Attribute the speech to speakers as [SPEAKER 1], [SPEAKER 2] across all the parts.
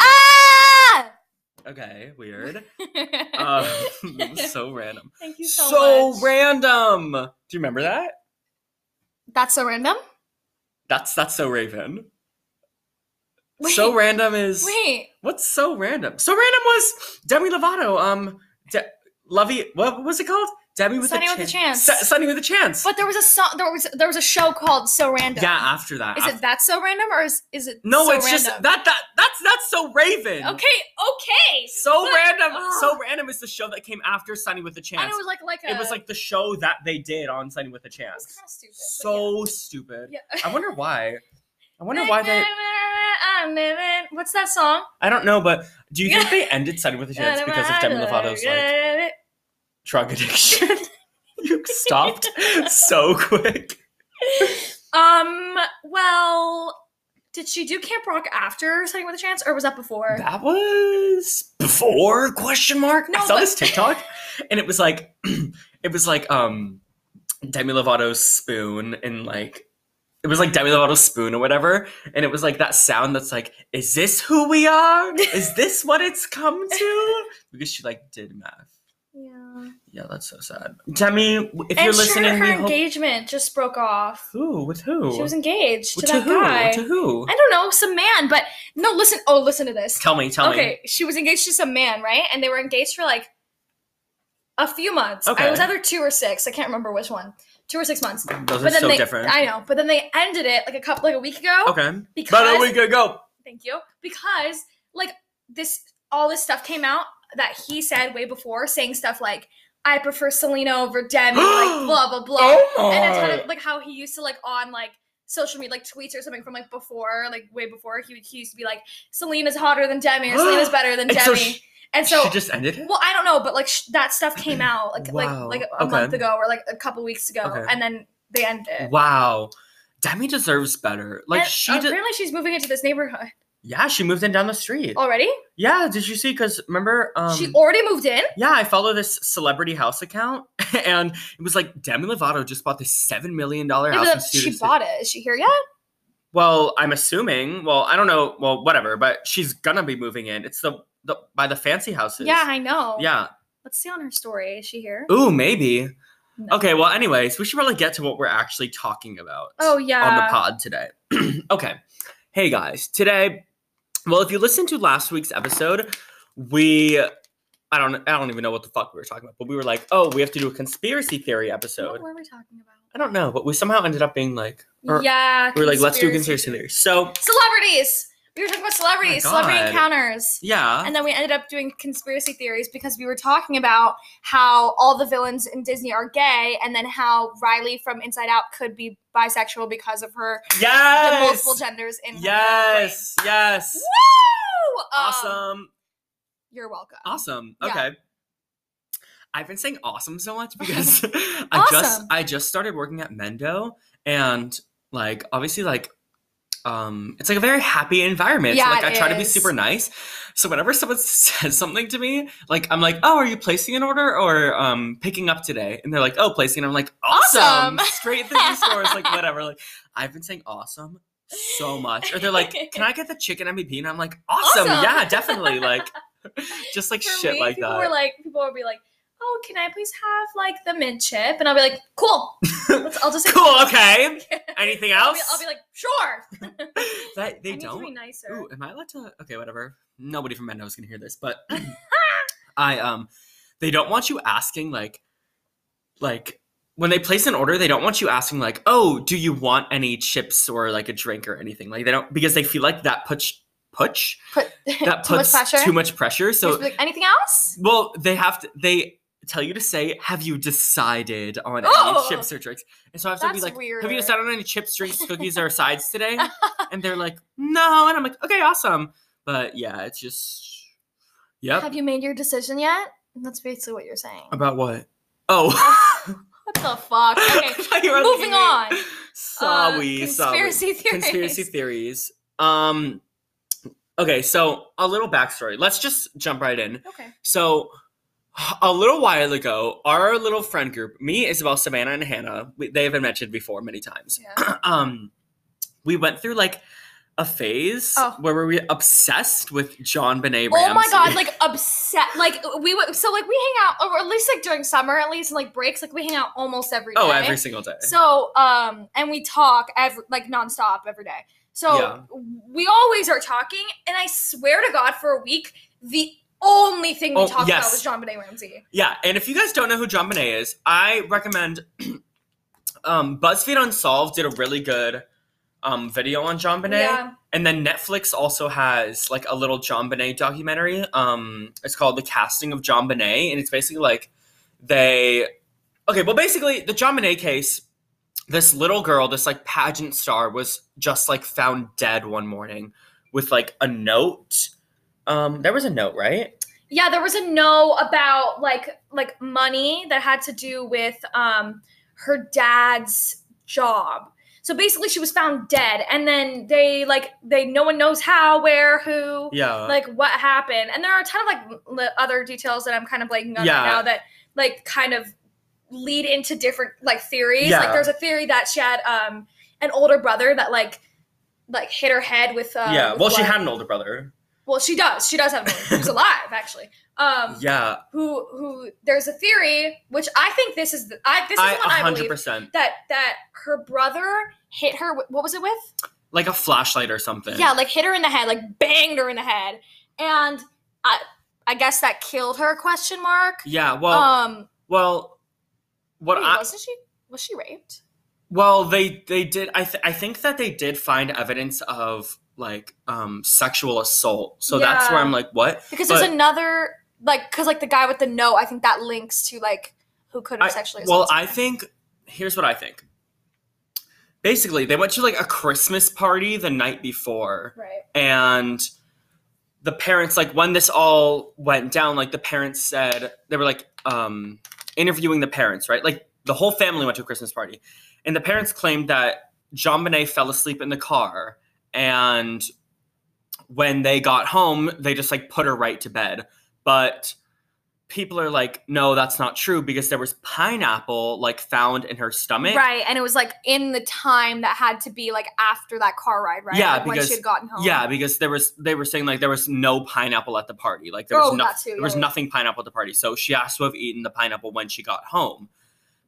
[SPEAKER 1] Ah!
[SPEAKER 2] okay, weird. um, so random.
[SPEAKER 1] Thank you so, much.
[SPEAKER 2] random. Do you remember that?
[SPEAKER 1] That's so random.
[SPEAKER 2] That's that's so Raven.
[SPEAKER 1] Wait,
[SPEAKER 2] So random is
[SPEAKER 1] Wait,
[SPEAKER 2] what's so random? So random was Demi Lovato. Um, De- Lovey. What, what was it called? Demi with
[SPEAKER 1] Sunny
[SPEAKER 2] a
[SPEAKER 1] with a
[SPEAKER 2] Chan-
[SPEAKER 1] Chance.
[SPEAKER 2] Su- Sunny with a chance.
[SPEAKER 1] but there was a song. There was there was a show called So Random.
[SPEAKER 2] yeah, after that.
[SPEAKER 1] Is
[SPEAKER 2] Af-
[SPEAKER 1] it that so random or is is it
[SPEAKER 2] no,
[SPEAKER 1] So
[SPEAKER 2] it's just
[SPEAKER 1] Random?
[SPEAKER 2] that that that's that's so
[SPEAKER 1] Okay,
[SPEAKER 2] Raven.
[SPEAKER 1] okay.
[SPEAKER 2] So
[SPEAKER 1] But-
[SPEAKER 2] random.
[SPEAKER 1] Ugh.
[SPEAKER 2] So random is the show that came after Sunny with a Chance.
[SPEAKER 1] And it was like like a.
[SPEAKER 2] it was like the show that they did on Sunny with a
[SPEAKER 1] It was
[SPEAKER 2] Chance.
[SPEAKER 1] kind of stupid. but
[SPEAKER 2] So stupid.
[SPEAKER 1] yeah.
[SPEAKER 2] I wonder why. I
[SPEAKER 1] yeah.
[SPEAKER 2] wonder why they.
[SPEAKER 1] I'm living. What's that song?
[SPEAKER 2] I don't know, but do you think they ended Sunny with a Chance because of Demi Lovato's like drug addiction? you stopped so quick.
[SPEAKER 1] Um. Well, did she do Camp Rock after Setting with a Chance, or was that before?
[SPEAKER 2] That was before question mark. I
[SPEAKER 1] No,
[SPEAKER 2] saw
[SPEAKER 1] but-
[SPEAKER 2] this TikTok, and it was like, it was like um, Demi Lovato's spoon and like. It was like Demi Lovato's spoon or whatever, and it was like that sound that's like, "Is this who we are? Is this what it's come to?" Because she like did math.
[SPEAKER 1] yeah.
[SPEAKER 2] Yeah, that's so sad. Demi, if
[SPEAKER 1] and
[SPEAKER 2] you're
[SPEAKER 1] sure,
[SPEAKER 2] listening,
[SPEAKER 1] her
[SPEAKER 2] we hope.
[SPEAKER 1] engagement just broke off.
[SPEAKER 2] Who? With who?
[SPEAKER 1] She was engaged to,
[SPEAKER 2] With-
[SPEAKER 1] that
[SPEAKER 2] who?
[SPEAKER 1] guy.
[SPEAKER 2] To who?
[SPEAKER 1] I don't know, some man, but no, listen. Oh, listen to this.
[SPEAKER 2] Tell me, tell me.
[SPEAKER 1] okay, she was engaged to some man, right? And they were engaged for like a few months.
[SPEAKER 2] Okay.
[SPEAKER 1] I was either two or six. I can't remember which one. Two or six months.
[SPEAKER 2] Those are so
[SPEAKER 1] they,
[SPEAKER 2] different.
[SPEAKER 1] I know. But then they ended it like a couple, like a week ago.
[SPEAKER 2] okay.
[SPEAKER 1] Because
[SPEAKER 2] But a week ago.
[SPEAKER 1] thank you. Because like this, all this stuff came out that he said way before, saying stuff like, "I prefer Selena over Demi," like blah blah blah
[SPEAKER 2] Oh my.
[SPEAKER 1] and a ton of like how he used to like on like social media like tweets or something from like before like way before he, he used to be like selena's hotter than demi or selena's better than
[SPEAKER 2] And
[SPEAKER 1] demi
[SPEAKER 2] so she-
[SPEAKER 1] and so
[SPEAKER 2] she just ended it.
[SPEAKER 1] well i don't know but like sh- that stuff came out like
[SPEAKER 2] Wow.
[SPEAKER 1] like like a
[SPEAKER 2] Okay.
[SPEAKER 1] month ago or like a couple weeks ago
[SPEAKER 2] Okay.
[SPEAKER 1] and then they ended it
[SPEAKER 2] Wow. Demi deserves better. Like
[SPEAKER 1] And
[SPEAKER 2] she did.
[SPEAKER 1] apparently she's moving into this neighborhood
[SPEAKER 2] Yeah, she moved in down the street.
[SPEAKER 1] already
[SPEAKER 2] Yeah, did you see? Because remember, um,
[SPEAKER 1] Oh. she already moved in
[SPEAKER 2] Yeah, I follow this celebrity house account, and it was like Demi Lovato just bought this seven million dollar
[SPEAKER 1] Yeah,
[SPEAKER 2] house.
[SPEAKER 1] but
[SPEAKER 2] in
[SPEAKER 1] she
[SPEAKER 2] Studio City.
[SPEAKER 1] bought it is she here yet
[SPEAKER 2] Well, I'm assuming. Well, I don't know. Well, whatever. But she's gonna be moving in. It's the, the by the fancy houses.
[SPEAKER 1] yeah i know
[SPEAKER 2] Yeah.
[SPEAKER 1] let's see on her story is she here
[SPEAKER 2] Ooh, maybe.
[SPEAKER 1] No.
[SPEAKER 2] Okay. Well, anyways, we should probably get to what we're actually talking about.
[SPEAKER 1] oh yeah
[SPEAKER 2] On the pod today. okay. Hey guys, today. Well, if you listened to last week's episode, we. I don't. I don't even know what the fuck we were talking about, but we were like, "Oh, we have to do a conspiracy theory
[SPEAKER 1] what
[SPEAKER 2] episode."
[SPEAKER 1] were we talking about
[SPEAKER 2] I don't know, but we somehow ended up being like, or-
[SPEAKER 1] yeah
[SPEAKER 2] we were like, "Let's do a
[SPEAKER 1] conspiracy
[SPEAKER 2] conspiracy theory." So,
[SPEAKER 1] celebrities. We were talking about celebrities, celebrity
[SPEAKER 2] Oh God.
[SPEAKER 1] encounters.
[SPEAKER 2] yeah.
[SPEAKER 1] And then we ended up doing conspiracy theories because we were talking about how all the villains in Disney are gay and then how Riley from Inside Out could be bisexual because of her the
[SPEAKER 2] yes.
[SPEAKER 1] multiple genders in her brain.
[SPEAKER 2] Yes, yes.
[SPEAKER 1] Woo! Um,
[SPEAKER 2] Awesome.
[SPEAKER 1] you're welcome.
[SPEAKER 2] Awesome.
[SPEAKER 1] yeah.
[SPEAKER 2] Okay. I've been saying awesome so much because I just
[SPEAKER 1] Awesome.
[SPEAKER 2] I just started working at Mendo and like obviously like um it's like a very happy environment.
[SPEAKER 1] Yeah,
[SPEAKER 2] so like
[SPEAKER 1] it
[SPEAKER 2] I try to be
[SPEAKER 1] is.
[SPEAKER 2] super nice. So whenever someone says something to me, like I'm like, "Oh, are you placing an order or um picking up today?" And they're like, "Oh, placing." And I'm like, "Awesome."
[SPEAKER 1] Awesome.
[SPEAKER 2] Straight through the stores like whatever. Like I've been saying awesome so much. Or they're like, "Can I get the chicken MVP?" And I'm like, "Awesome.
[SPEAKER 1] Awesome.
[SPEAKER 2] Yeah, definitely." Like just like
[SPEAKER 1] For
[SPEAKER 2] shit
[SPEAKER 1] me,
[SPEAKER 2] like
[SPEAKER 1] people
[SPEAKER 2] that.
[SPEAKER 1] were like, people would be like, "Oh, can I please have like the mint chip?" And I'll be like, "Cool." Let's, I'll just say
[SPEAKER 2] cool. Okay.
[SPEAKER 1] Anything
[SPEAKER 2] Anything
[SPEAKER 1] I'll
[SPEAKER 2] else?
[SPEAKER 1] be, I'll be like, "Sure."
[SPEAKER 2] that,
[SPEAKER 1] I
[SPEAKER 2] they
[SPEAKER 1] need to be
[SPEAKER 2] don't.
[SPEAKER 1] nicer.
[SPEAKER 2] Ooh, am I allowed to? Okay, whatever. Nobody from Mendo's gonna hear this, but I um, they don't want you asking like, like when they place an order, they don't want you asking like, oh, do you want any chips or like a drink or anything? Like they don't because they feel like that puts push
[SPEAKER 1] Put-
[SPEAKER 2] that
[SPEAKER 1] too much
[SPEAKER 2] puts
[SPEAKER 1] pressure.
[SPEAKER 2] too much pressure. So
[SPEAKER 1] Just be like, anything else?
[SPEAKER 2] Well, they have to. They tell you to say, "Have you decided on
[SPEAKER 1] Oh!
[SPEAKER 2] any chips or drinks?" And so I have to be
[SPEAKER 1] That's
[SPEAKER 2] like, "Have you
[SPEAKER 1] weirder.
[SPEAKER 2] decided on any chips, drinks, cookies, or sides today?" And they're like, "No," and I'm like, "Okay, awesome." But yeah, it's just, yep.
[SPEAKER 1] Have you made your decision yet? That's basically what you're saying.
[SPEAKER 2] About what? Oh,
[SPEAKER 1] what the fuck?
[SPEAKER 2] I
[SPEAKER 1] Okay.
[SPEAKER 2] thought you were
[SPEAKER 1] moving
[SPEAKER 2] looking at me.
[SPEAKER 1] on.
[SPEAKER 2] Sorry,
[SPEAKER 1] Uh,
[SPEAKER 2] sorry.
[SPEAKER 1] conspiracy theories.
[SPEAKER 2] conspiracy theories. Um, okay, so a little backstory. Let's just jump right in.
[SPEAKER 1] Okay.
[SPEAKER 2] So, a little while ago, our little friend group, me, Isabel, Savannah, and Hannah, we, they have been mentioned before many times.
[SPEAKER 1] Yeah.
[SPEAKER 2] um, we went through like a phase
[SPEAKER 1] Oh.
[SPEAKER 2] where we were obsessed with John Benet Ramsey.
[SPEAKER 1] Oh my god, like upset. Like we would so like we hang out or at least like during summer at least and like breaks, like we hang out almost every day.
[SPEAKER 2] oh, every single day.
[SPEAKER 1] So um and we talk every like nonstop every day. So
[SPEAKER 2] Yeah.
[SPEAKER 1] we always are talking and I swear to god for a week the only thing we
[SPEAKER 2] Oh,
[SPEAKER 1] talked
[SPEAKER 2] yes.
[SPEAKER 1] about was John Benet Ramsey.
[SPEAKER 2] Yeah, and if you guys don't know who John Bonet is, I recommend um, BuzzFeed Unsolved did a really good um, video on John Bonet.
[SPEAKER 1] Yeah.
[SPEAKER 2] And then Netflix also has like a little John Bonet documentary. Um, it's called The Casting of John Bonet, and it's basically like they Okay, well basically the John Bonet case, this little girl, this like pageant star, was just like found dead one morning with like a note. Um, there was a note, right?
[SPEAKER 1] Yeah, there was a no about like like money that had to do with um her dad's job. So basically she was found dead and then they like they no one knows how, where, who,
[SPEAKER 2] Yeah.
[SPEAKER 1] like what happened. And there are a ton of like li- other details that I'm kind of blanking on
[SPEAKER 2] Yeah.
[SPEAKER 1] right now that like kind of lead into different like theories. Like
[SPEAKER 2] Yeah.
[SPEAKER 1] there's a theory that she had um an older brother that like like hit her head with uh
[SPEAKER 2] yeah.
[SPEAKER 1] with
[SPEAKER 2] Well, she
[SPEAKER 1] blood.
[SPEAKER 2] had an older brother.
[SPEAKER 1] Well, she does. She does have an older brother who's alive actually. Um
[SPEAKER 2] Yeah,
[SPEAKER 1] who who there's a theory which I think this is the, I this is
[SPEAKER 2] I
[SPEAKER 1] the one I
[SPEAKER 2] hundred
[SPEAKER 1] believe
[SPEAKER 2] percent
[SPEAKER 1] that that her brother hit her with, what was it with
[SPEAKER 2] like a flashlight or something.
[SPEAKER 1] yeah like hit her in the head like banged her in the head and I I guess that killed her question mark
[SPEAKER 2] yeah. Well,
[SPEAKER 1] um
[SPEAKER 2] well, what
[SPEAKER 1] wait,
[SPEAKER 2] I
[SPEAKER 1] wasn't she was she raped
[SPEAKER 2] well they they did I th- I think that they did find evidence of like um sexual assault. So that's where
[SPEAKER 1] Yeah.
[SPEAKER 2] I'm like, what?
[SPEAKER 1] because
[SPEAKER 2] But-
[SPEAKER 1] there's another like because like the guy with the no I think that links to like who could have
[SPEAKER 2] I-
[SPEAKER 1] sexually
[SPEAKER 2] well,
[SPEAKER 1] assaulted
[SPEAKER 2] I think here's what I think. Basically, they went to like a Christmas party the night before,
[SPEAKER 1] her. right
[SPEAKER 2] and the parents like when this all went down like the parents said they were like um interviewing the parents right like the whole family went to a christmas party and the parents claimed that jean bonnet fell asleep in the car and when they got home they just like put her right to bed but people are like no that's not true because there was pineapple like found in her stomach
[SPEAKER 1] right and it was like in the time that had to be like after that car ride right
[SPEAKER 2] Yeah,
[SPEAKER 1] like, when
[SPEAKER 2] because-
[SPEAKER 1] she had gotten home
[SPEAKER 2] Yeah, because there was they were saying like there was no pineapple at the party. Like there
[SPEAKER 1] Oh,
[SPEAKER 2] was no,
[SPEAKER 1] that too,
[SPEAKER 2] there
[SPEAKER 1] yeah,
[SPEAKER 2] was
[SPEAKER 1] yeah.
[SPEAKER 2] nothing pineapple at the party. So she has to have eaten the pineapple when she got home.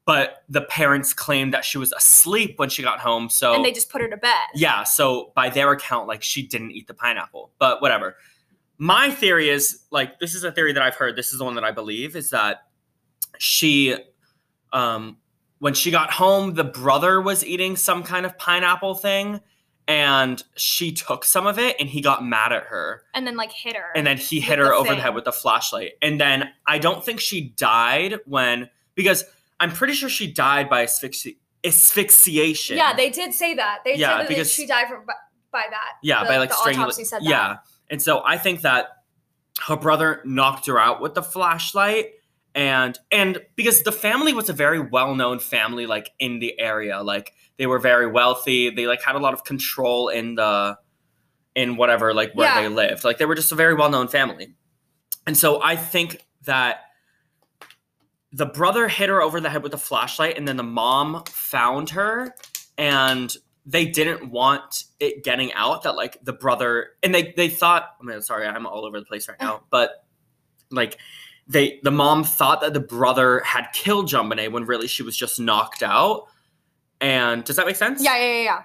[SPEAKER 2] But the parents claimed that she was asleep when she got home. So
[SPEAKER 1] and they just put her to bed.
[SPEAKER 2] yeah, so by their account, like she didn't eat the pineapple. But whatever. My theory is like this is a theory that I've heard. This is the one that I believe is that she, um, when she got home, the brother was eating some kind of pineapple thing, and she took some of it, and he got mad at her,
[SPEAKER 1] And then like hit her.
[SPEAKER 2] and then he hit
[SPEAKER 1] With
[SPEAKER 2] her
[SPEAKER 1] the
[SPEAKER 2] over the head
[SPEAKER 1] thing.
[SPEAKER 2] with the flashlight. And then I don't think she died when because I'm pretty sure she died by asphyxi- asphyxiation.
[SPEAKER 1] yeah, they did say that. They
[SPEAKER 2] Yeah,
[SPEAKER 1] said that
[SPEAKER 2] because-
[SPEAKER 1] she died from by, by that.
[SPEAKER 2] Yeah,
[SPEAKER 1] The-
[SPEAKER 2] by like
[SPEAKER 1] the
[SPEAKER 2] strangula-
[SPEAKER 1] autopsy said that.
[SPEAKER 2] Yeah, and so I think that her brother knocked her out with the flashlight, and and because the family was a very well known family, like in the area, like they were very wealthy. They like had a lot of control in the in whatever like where
[SPEAKER 1] Yeah.
[SPEAKER 2] they lived. Like they were just a very well known family, and so I think that. The brother hit her over the head with a flashlight, and then the mom found her and they didn't want it getting out that like the brother and they they thought I mean sorry I'm all over the place right now but like they the mom thought that the brother had killed John Bonet when really she was just knocked out and does that make sense
[SPEAKER 1] Yeah, yeah, yeah, yeah.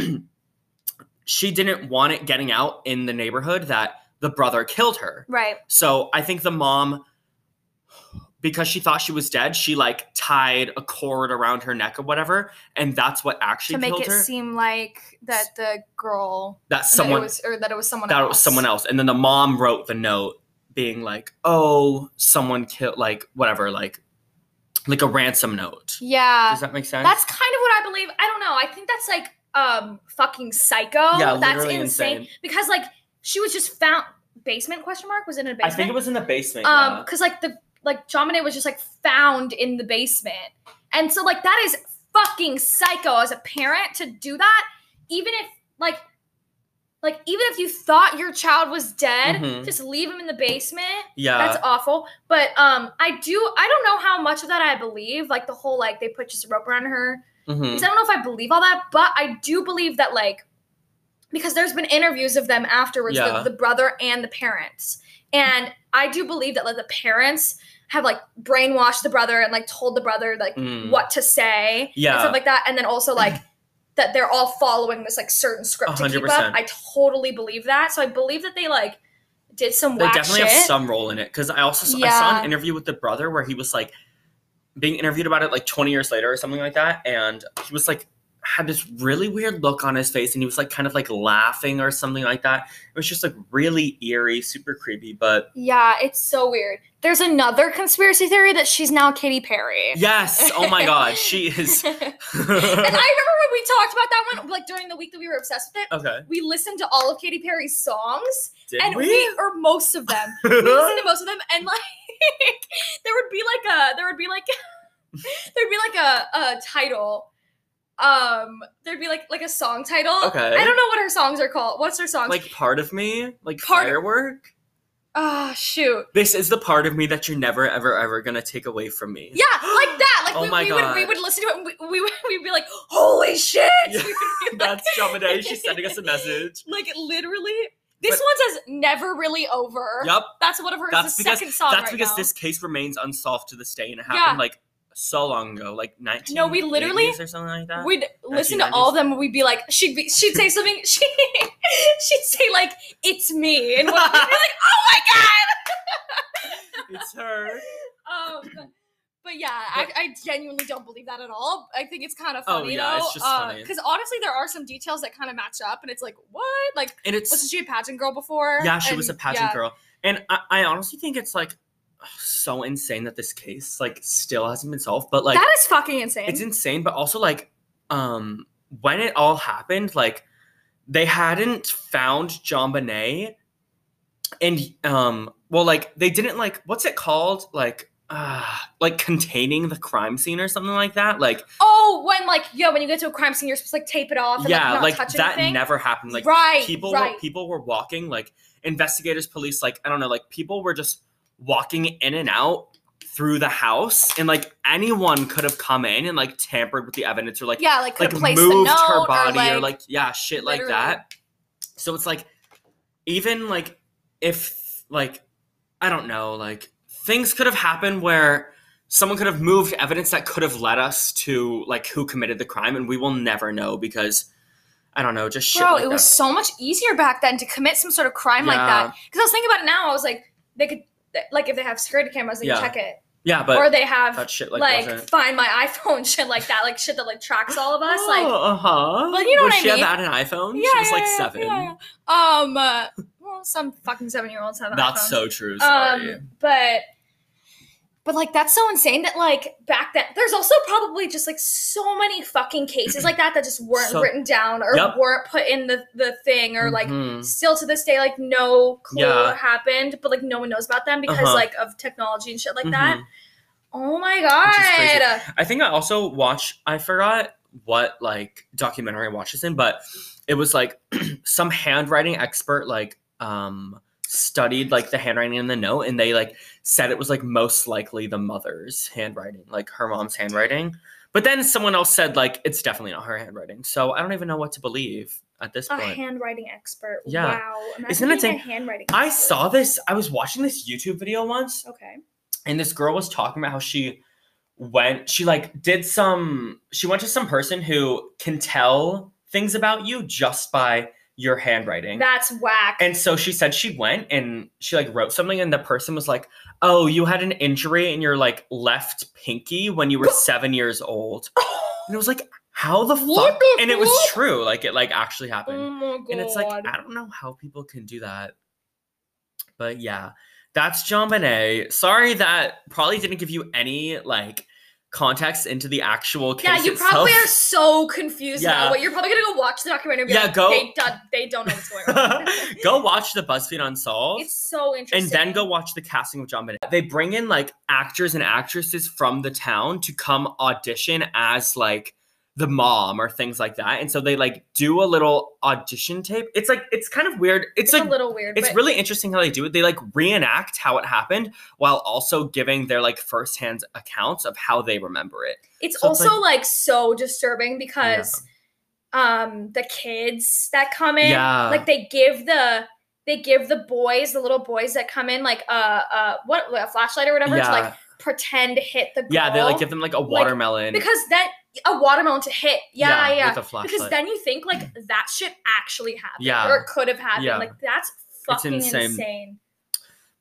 [SPEAKER 2] and she didn't want it getting out in the neighborhood that the brother killed her
[SPEAKER 1] Right.
[SPEAKER 2] so I think the mom, because she thought she was dead, she like tied a cord around her neck or whatever, and that's what actually
[SPEAKER 1] to make
[SPEAKER 2] killed
[SPEAKER 1] it
[SPEAKER 2] her.
[SPEAKER 1] seem like that the girl
[SPEAKER 2] that
[SPEAKER 1] that it
[SPEAKER 2] someone
[SPEAKER 1] was, or that it was someone
[SPEAKER 2] that
[SPEAKER 1] else.
[SPEAKER 2] was someone else, and then the mom wrote the note being like, "Oh, someone killed like whatever, like like a ransom note."
[SPEAKER 1] Yeah.
[SPEAKER 2] Does that make sense?
[SPEAKER 1] That's kind of what I believe. I don't know. I think that's like um fucking psycho.
[SPEAKER 2] Yeah,
[SPEAKER 1] that's
[SPEAKER 2] literally insane.
[SPEAKER 1] Because like she was just found basement question mark was it in a
[SPEAKER 2] I
[SPEAKER 1] basement?
[SPEAKER 2] think it was in the basement.
[SPEAKER 1] um
[SPEAKER 2] yeah.
[SPEAKER 1] because like the like Jaminet was just like found in the basement and so like that is fucking psycho as a parent to do that even if like like even if you thought your child was dead
[SPEAKER 2] Mhm.
[SPEAKER 1] just leave him in the basement
[SPEAKER 2] yeah.
[SPEAKER 1] that's awful but um i do i don't know how much of that i believe like the whole like they put just a rope around her
[SPEAKER 2] mhm.
[SPEAKER 1] because i don't know if i believe all that but i do believe that like because there's been interviews of them afterwards
[SPEAKER 2] Yeah.
[SPEAKER 1] with the brother and the parents and i do believe that like the parents have like brainwashed the brother and like told the brother like
[SPEAKER 2] Mm.
[SPEAKER 1] what to say and
[SPEAKER 2] Yeah.
[SPEAKER 1] stuff like that and then also like that they're all following this like certain script to keep up
[SPEAKER 2] 100%.
[SPEAKER 1] i totally believe that so i believe that they like did some
[SPEAKER 2] they
[SPEAKER 1] whack
[SPEAKER 2] definitely
[SPEAKER 1] shit
[SPEAKER 2] have some role in it because I also saw, I saw
[SPEAKER 1] Yeah.
[SPEAKER 2] an interview with the brother where he was like being interviewed about it like 20 years later or something like that, and he was like had this really weird look on his face, and he was like kind of like laughing or something like that. It was just like really eerie, super creepy, but
[SPEAKER 1] yeah it's so weird there's another conspiracy theory that she's now Katy Perry
[SPEAKER 2] yes, oh my god, she is.
[SPEAKER 1] and I remember
[SPEAKER 2] okay,
[SPEAKER 1] when we talked about that one, like during the week that we were obsessed with it. We listened to all of Katy Perry's songs,
[SPEAKER 2] did
[SPEAKER 1] and we?
[SPEAKER 2] we?
[SPEAKER 1] or most of them. we listened to most of them, and like there would be like a there would be like there'd be like a, a title. Um, there'd be like like a song title.
[SPEAKER 2] Okay.
[SPEAKER 1] I don't know what her songs are called. What's her songs?
[SPEAKER 2] like part of me, like
[SPEAKER 1] Part-
[SPEAKER 2] firework.
[SPEAKER 1] oh shoot.
[SPEAKER 2] This is the part of me that you're never, ever, ever gonna take away from me.
[SPEAKER 1] Yeah, like that. Like
[SPEAKER 2] Oh
[SPEAKER 1] we,
[SPEAKER 2] my
[SPEAKER 1] we would we
[SPEAKER 2] God.
[SPEAKER 1] would listen to it and we, we would we'd be like, holy shit!
[SPEAKER 2] Yeah. That's Jamaday. She's sending us a message.
[SPEAKER 1] Like literally, this
[SPEAKER 2] But-
[SPEAKER 1] one says "Never Really Over."
[SPEAKER 2] Yep.
[SPEAKER 1] That's one of her
[SPEAKER 2] That's
[SPEAKER 1] the
[SPEAKER 2] because-
[SPEAKER 1] second song.
[SPEAKER 2] That's
[SPEAKER 1] right
[SPEAKER 2] because
[SPEAKER 1] now.
[SPEAKER 2] this case remains unsolved to this day, and it
[SPEAKER 1] Yeah.
[SPEAKER 2] happened like so long ago, like nineteen.
[SPEAKER 1] No, we literally-
[SPEAKER 2] or something like that.
[SPEAKER 1] We'd listen to all of
[SPEAKER 2] 1990s.
[SPEAKER 1] them. and We'd be like, she'd be, she'd say something. She, she'd say like, "It's me," and we'd be like, "Oh my god!"
[SPEAKER 2] it's her.
[SPEAKER 1] Um, but yeah, I, I genuinely don't believe that at all. I think it's kind of
[SPEAKER 2] Oh,
[SPEAKER 1] funny
[SPEAKER 2] yeah,
[SPEAKER 1] though,
[SPEAKER 2] it's just funny.
[SPEAKER 1] because honestly, there are some details that kind of match up, and it's like, what? Like,
[SPEAKER 2] And it's
[SPEAKER 1] wasn't she a pageant girl before?
[SPEAKER 2] yeah, she was a
[SPEAKER 1] And-
[SPEAKER 2] pageant
[SPEAKER 1] yeah.
[SPEAKER 2] girl, and I, I honestly think it's like so insane that this case like still hasn't been solved. But like,
[SPEAKER 1] that is fucking insane.
[SPEAKER 2] it's insane, but also like, um, when it all happened, like they hadn't found John Bonet and um, well, like they didn't like what's it called, like. Uh, like containing the crime scene or something like that. Like,
[SPEAKER 1] oh, when like, yeah, when you get to a crime scene, you're supposed to like tape it off. And,
[SPEAKER 2] yeah,
[SPEAKER 1] like, not
[SPEAKER 2] like
[SPEAKER 1] touch
[SPEAKER 2] that
[SPEAKER 1] anything.
[SPEAKER 2] never happened. Like
[SPEAKER 1] right,
[SPEAKER 2] people
[SPEAKER 1] right.
[SPEAKER 2] were people were walking, like investigators, police, like I don't know, like people were just walking in and out through the house, and like anyone could have come in and like tampered with the evidence or like
[SPEAKER 1] yeah, like could
[SPEAKER 2] like
[SPEAKER 1] have placed the
[SPEAKER 2] moved
[SPEAKER 1] note
[SPEAKER 2] her body
[SPEAKER 1] or like,
[SPEAKER 2] yeah shit
[SPEAKER 1] literally.
[SPEAKER 2] like that so it's like even like if like i don't know like things could have happened where someone could have moved evidence that could have led us to like who committed the crime and we will never know because i don't know just shit
[SPEAKER 1] Bro,
[SPEAKER 2] like
[SPEAKER 1] it was
[SPEAKER 2] that.
[SPEAKER 1] so much easier back then to commit some sort of crime like that. Because I was thinking about it now, I was like, they could, like, if they have security cameras, they
[SPEAKER 2] Yeah.
[SPEAKER 1] can check it,
[SPEAKER 2] yeah but
[SPEAKER 1] or they have
[SPEAKER 2] that shit like,
[SPEAKER 1] like,
[SPEAKER 2] wasn't
[SPEAKER 1] find my iPhone shit like that, like shit that like tracks all of us, like.
[SPEAKER 2] uh huh.
[SPEAKER 1] Well, you know
[SPEAKER 2] Would
[SPEAKER 1] what I
[SPEAKER 2] she
[SPEAKER 1] mean.
[SPEAKER 2] have had an iPhone?
[SPEAKER 1] Yeah,
[SPEAKER 2] she was like
[SPEAKER 1] yeah, yeah,
[SPEAKER 2] seven.
[SPEAKER 1] yeah, yeah. Um, uh, well, some fucking seven-year-olds have.
[SPEAKER 2] That's
[SPEAKER 1] iPhones.
[SPEAKER 2] so true. Sorry.
[SPEAKER 1] Uh-huh. Um, but but like that's so insane that like back then there's also probably just like so many fucking cases like that that just weren't
[SPEAKER 2] So-
[SPEAKER 1] written down or
[SPEAKER 2] Yep.
[SPEAKER 1] weren't put in the the thing or like
[SPEAKER 2] Mhm.
[SPEAKER 1] still to this day like no clue
[SPEAKER 2] Yeah.
[SPEAKER 1] what happened but like no one knows about them because
[SPEAKER 2] Uh-huh.
[SPEAKER 1] like of technology and shit like
[SPEAKER 2] Mhm.
[SPEAKER 1] that. Oh my
[SPEAKER 2] Which is crazy.
[SPEAKER 1] god.
[SPEAKER 2] I think I also watched. I forgot what like documentary I watched this in, but it was like some handwriting expert like um studied like the handwriting in the note, and they like said it was like most likely the mother's handwriting, like her mom's handwriting. But then someone else said like it's definitely not her handwriting, so I don't even know what to believe at this
[SPEAKER 1] A
[SPEAKER 2] point.
[SPEAKER 1] handwriting expert.
[SPEAKER 2] Yeah.
[SPEAKER 1] Wow. Imagine
[SPEAKER 2] Isn't it
[SPEAKER 1] being a
[SPEAKER 2] saying-
[SPEAKER 1] handwriting
[SPEAKER 2] I
[SPEAKER 1] expert.
[SPEAKER 2] saw this. I was watching this YouTube video once,
[SPEAKER 1] Okay.
[SPEAKER 2] and this girl was talking about how she went she like did some she went to some person who can tell things about you just by your handwriting
[SPEAKER 1] That's whack.
[SPEAKER 2] and so she said she went and she like wrote something and the person was like oh you had an injury in your like left pinky when you were seven years old and it was like how the
[SPEAKER 1] What
[SPEAKER 2] fuck
[SPEAKER 1] the
[SPEAKER 2] and it was
[SPEAKER 1] fuck?
[SPEAKER 2] true like it like actually happened
[SPEAKER 1] oh my god.
[SPEAKER 2] and it's like I don't know how people can do that. But yeah, that's John Bonet. Sorry that probably didn't give you any like context into the actual case.
[SPEAKER 1] Yeah, you probably are so confused now.
[SPEAKER 2] Yeah.
[SPEAKER 1] What you're probably gonna go watch the documentary. And be
[SPEAKER 2] Yeah,
[SPEAKER 1] like,
[SPEAKER 2] go-
[SPEAKER 1] They, do- they don't know what's going on.
[SPEAKER 2] are. go watch the BuzzFeed Unsolved.
[SPEAKER 1] it's so interesting.
[SPEAKER 2] and then go watch the casting of John Bonet. They bring in like actors and actresses from the town to come audition as like the mom or things like that. And so they like do a little audition tape. It's like it's kind of weird.
[SPEAKER 1] It's,
[SPEAKER 2] It's, like
[SPEAKER 1] a little weird.
[SPEAKER 2] It's
[SPEAKER 1] but
[SPEAKER 2] really interesting how they do it. They like reenact how it happened while also giving their like firsthand accounts of how they remember it.
[SPEAKER 1] It's
[SPEAKER 2] so it's
[SPEAKER 1] also like, so disturbing because um the kids that come in
[SPEAKER 2] Yeah.
[SPEAKER 1] like they give the they give the boys the little boys that come in like a uh, uh what a flashlight or whatever to like pretend to hit the girl.
[SPEAKER 2] yeah, they like give them like a watermelon.
[SPEAKER 1] because then a watermelon to hit yeah yeah,
[SPEAKER 2] With a
[SPEAKER 1] because
[SPEAKER 2] flashlight.
[SPEAKER 1] then you think like that shit actually happened
[SPEAKER 2] Yeah.
[SPEAKER 1] or it could have happened
[SPEAKER 2] Yeah.
[SPEAKER 1] like that's fucking
[SPEAKER 2] insane.
[SPEAKER 1] insane.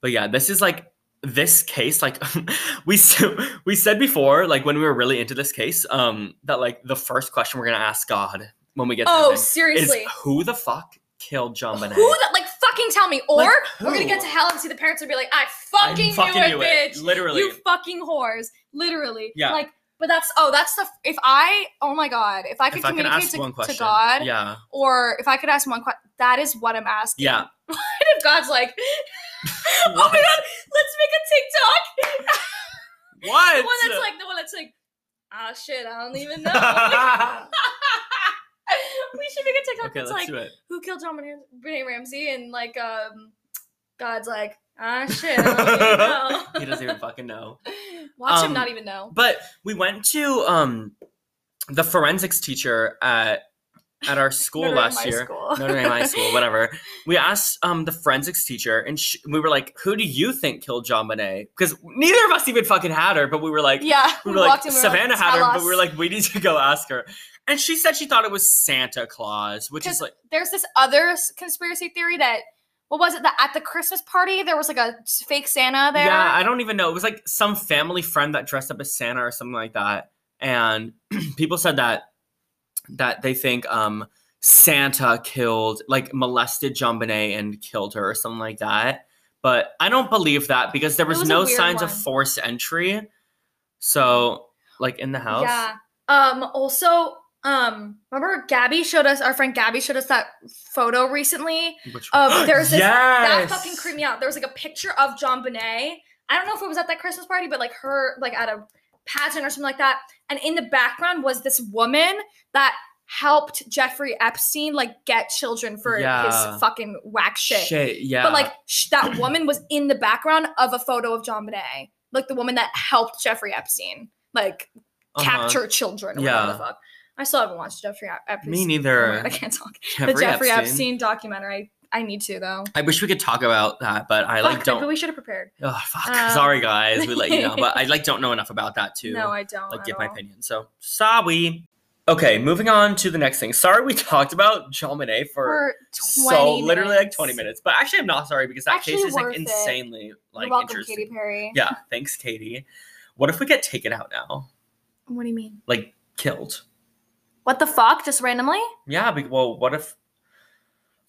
[SPEAKER 2] but yeah, this is like this case like we s- we said before like when we were really into this case um that like the first question we're going to ask God when we get to
[SPEAKER 1] oh
[SPEAKER 2] heaven
[SPEAKER 1] seriously
[SPEAKER 2] is who the fuck killed John Bonet?
[SPEAKER 1] who the, like fucking tell me or
[SPEAKER 2] Like,
[SPEAKER 1] we're gonna
[SPEAKER 2] who?
[SPEAKER 1] get to hell and see the parents would be like i
[SPEAKER 2] I
[SPEAKER 1] fucking, knew, it, bitch
[SPEAKER 2] Literally.
[SPEAKER 1] you fucking whores literally
[SPEAKER 2] Yeah.
[SPEAKER 1] like but that's oh that's the if i oh my god if i could
[SPEAKER 2] if I could
[SPEAKER 1] communicate
[SPEAKER 2] ask
[SPEAKER 1] to,
[SPEAKER 2] one
[SPEAKER 1] to
[SPEAKER 2] question.
[SPEAKER 1] god
[SPEAKER 2] Yeah.
[SPEAKER 1] or if i could ask one question that is what i'm asking
[SPEAKER 2] Yeah.
[SPEAKER 1] And if god's like oh my god
[SPEAKER 2] What?
[SPEAKER 1] let's make a tiktok
[SPEAKER 2] What?
[SPEAKER 1] the one
[SPEAKER 2] uh,
[SPEAKER 1] that's like the one that's like ah shit i don't even know we should make a tiktok
[SPEAKER 2] okay,
[SPEAKER 1] that's
[SPEAKER 2] let's
[SPEAKER 1] like
[SPEAKER 2] do it.
[SPEAKER 1] who killed John Ram- Renee Ramsey and like um God's like, ah shit. I
[SPEAKER 2] he
[SPEAKER 1] don't even
[SPEAKER 2] doesn't even fucking know.
[SPEAKER 1] know." Watch
[SPEAKER 2] Um,
[SPEAKER 1] him not even know.
[SPEAKER 2] But we went to um the forensics teacher at at our school
[SPEAKER 1] Murder in
[SPEAKER 2] last
[SPEAKER 1] my
[SPEAKER 2] year.
[SPEAKER 1] school.
[SPEAKER 2] Notre Dame High School, whatever. We asked um the forensics teacher, and sh we were like, "Who do you think killed John Bonet?" Because neither of us even fucking had her, but we were like,
[SPEAKER 1] yeah.
[SPEAKER 2] we were like,
[SPEAKER 1] walked in, we were
[SPEAKER 2] Savannah had her,
[SPEAKER 1] "Tell
[SPEAKER 2] but we were
[SPEAKER 1] us."
[SPEAKER 2] like, we need to go ask her. And she said she thought it was Santa Claus, which is
[SPEAKER 1] 'Cause
[SPEAKER 2] like,
[SPEAKER 1] there's this other s- conspiracy theory that what was it that at the Christmas party there was like a s- fake Santa there.
[SPEAKER 2] yeah, I don't even know. It was like some family friend that dressed up as Santa or something like that. And people said that that they think um Santa killed, like molested John Bonet and killed her or something like that. But I don't believe that because there
[SPEAKER 1] It
[SPEAKER 2] was,
[SPEAKER 1] was a
[SPEAKER 2] no
[SPEAKER 1] weird
[SPEAKER 2] signs of
[SPEAKER 1] one.
[SPEAKER 2] forced entry. So like in the house.
[SPEAKER 1] Yeah. Um also um remember Gabby showed us our friend Gabby showed us that photo recently
[SPEAKER 2] Which,
[SPEAKER 1] Um, there's this- That
[SPEAKER 2] yes!
[SPEAKER 1] fucking creeped me out. There was like a picture of John Bonet. I don't know if it was at that Christmas party, but like her, like at a pageant or something like that. And in the background was this woman that helped Jeffrey Epstein like get children for
[SPEAKER 2] Yeah.
[SPEAKER 1] his fucking whack shit.
[SPEAKER 2] yeah.
[SPEAKER 1] But like sh- that woman was in the background of a photo of John Bonet, like the woman that helped Jeffrey Epstein like
[SPEAKER 2] Uh-huh.
[SPEAKER 1] capture children. Or whatever
[SPEAKER 2] Yeah.
[SPEAKER 1] the fuck. I still haven't watched Jeffrey Ep- Epstein.
[SPEAKER 2] Me
[SPEAKER 1] I
[SPEAKER 2] neither.
[SPEAKER 1] can't talk.
[SPEAKER 2] Jeffrey
[SPEAKER 1] the Jeffrey Epstein. documentary. I need to though.
[SPEAKER 2] I wish we could talk about that, but I like
[SPEAKER 1] Fuck,
[SPEAKER 2] don't.
[SPEAKER 1] Maybe we should have prepared.
[SPEAKER 2] Oh fuck!
[SPEAKER 1] Um,
[SPEAKER 2] Sorry guys, we let you know, but I like don't know enough about that to
[SPEAKER 1] no, I don't.
[SPEAKER 2] like
[SPEAKER 1] at
[SPEAKER 2] give my
[SPEAKER 1] all.
[SPEAKER 2] opinion. So sorry. Okay, moving on to the next thing. Sorry, we talked about Jaminet for,
[SPEAKER 1] For twenty.
[SPEAKER 2] so literally like
[SPEAKER 1] minutes.
[SPEAKER 2] twenty minutes, but actually I'm not sorry because that case
[SPEAKER 1] Actually
[SPEAKER 2] is like
[SPEAKER 1] worth it.
[SPEAKER 2] insanely like
[SPEAKER 1] You're welcome,
[SPEAKER 2] interesting.
[SPEAKER 1] Katy Perry.
[SPEAKER 2] Yeah, thanks, Katie. What if we get taken out now,
[SPEAKER 1] What do you mean?
[SPEAKER 2] like killed?
[SPEAKER 1] What the fuck? Just randomly?
[SPEAKER 2] Yeah. Be- well, what if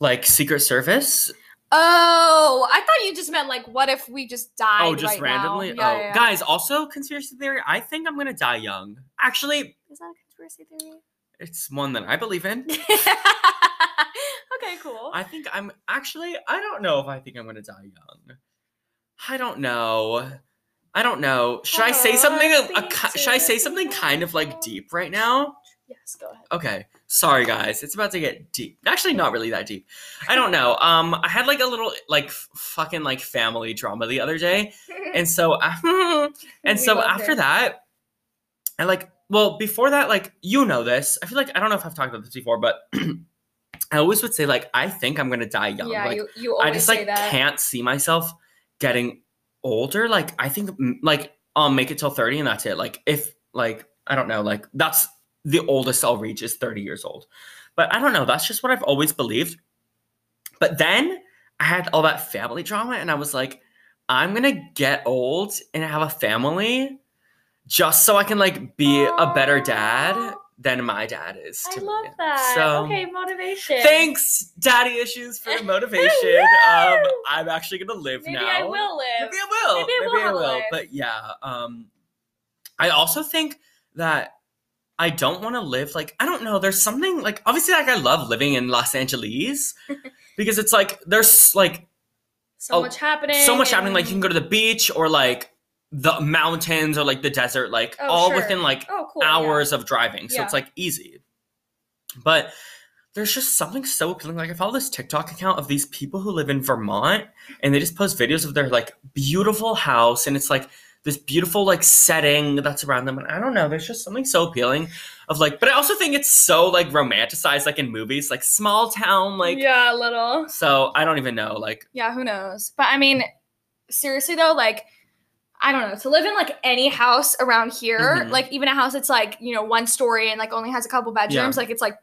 [SPEAKER 2] like Secret Service?
[SPEAKER 1] Oh, I thought you just meant like, what if we just died?
[SPEAKER 2] oh, just
[SPEAKER 1] right
[SPEAKER 2] randomly.
[SPEAKER 1] Now? Yeah,
[SPEAKER 2] oh,
[SPEAKER 1] yeah, yeah.
[SPEAKER 2] guys. Also, conspiracy theory. I think I'm gonna die young. Actually,
[SPEAKER 1] Is that a conspiracy theory?
[SPEAKER 2] it's one that I believe in.
[SPEAKER 1] okay, cool.
[SPEAKER 2] I think I'm actually, I don't know if I think I'm gonna die young. I don't know. I don't know. Should I say something? A, a ki- should I say something kind of like deep right now?
[SPEAKER 1] yes, go ahead.
[SPEAKER 2] Okay. Sorry, guys. It's about to get deep. Actually, not really that deep. I don't know. Um, I had like a little like f- fucking like family drama the other day, and so I, and
[SPEAKER 1] We
[SPEAKER 2] so
[SPEAKER 1] love
[SPEAKER 2] after
[SPEAKER 1] it.
[SPEAKER 2] that, I like well before that, like you know this. I feel like I don't know if I've talked about this before, but I always would say like I think I'm gonna die young.
[SPEAKER 1] yeah,
[SPEAKER 2] like,
[SPEAKER 1] you, you
[SPEAKER 2] I
[SPEAKER 1] always
[SPEAKER 2] just
[SPEAKER 1] say
[SPEAKER 2] like
[SPEAKER 1] that.
[SPEAKER 2] can't see myself getting older. Like I think mm, like I'll make it till 30 and that's it. Like if like I don't know, like that's the oldest I'll reach is 30 years old. But I don't know, that's just what I've always believed. But then I had all that family drama and I was like I'm going to get old and have a family just so I can like be a better dad
[SPEAKER 1] Aw.
[SPEAKER 2] than my dad is.
[SPEAKER 1] I
[SPEAKER 2] to me.
[SPEAKER 1] love that.
[SPEAKER 2] So
[SPEAKER 1] okay, motivation.
[SPEAKER 2] Thanks, daddy issues, for the motivation.
[SPEAKER 1] I
[SPEAKER 2] um,
[SPEAKER 1] know.
[SPEAKER 2] I'm actually gonna live
[SPEAKER 1] Maybe
[SPEAKER 2] now.
[SPEAKER 1] I will live.
[SPEAKER 2] Maybe I will.
[SPEAKER 1] Maybe I will have a life.
[SPEAKER 2] But yeah, um, I also think that I don't want to live like I don't know. There's something like obviously like I love living in Los Angeles because it's like there's like
[SPEAKER 1] So
[SPEAKER 2] Oh,
[SPEAKER 1] much happening.
[SPEAKER 2] so much happening. Like you can
[SPEAKER 1] and-
[SPEAKER 2] go to the beach or like the mountains or like the desert, like
[SPEAKER 1] Oh,
[SPEAKER 2] all
[SPEAKER 1] sure.
[SPEAKER 2] within like
[SPEAKER 1] Oh, cool. yeah.
[SPEAKER 2] hours of driving. So it's
[SPEAKER 1] Yeah.
[SPEAKER 2] like easy. But there's just something so appealing. Like I follow this TikTok account of these people who live in Vermont and they just post videos of their like beautiful house and it's like this beautiful like setting that's around them. And I don't know, there's just something so appealing of like, but I also think it's so like romanticized, like in movies, like small town, like.
[SPEAKER 1] yeah, a little.
[SPEAKER 2] So I don't even know, like.
[SPEAKER 1] Yeah, who knows? But I mean, seriously though, like I don't know, to live in like any house around here,
[SPEAKER 2] Mhm.
[SPEAKER 1] like even a house that's like, you know, one story and like only has a couple bedrooms, like it's like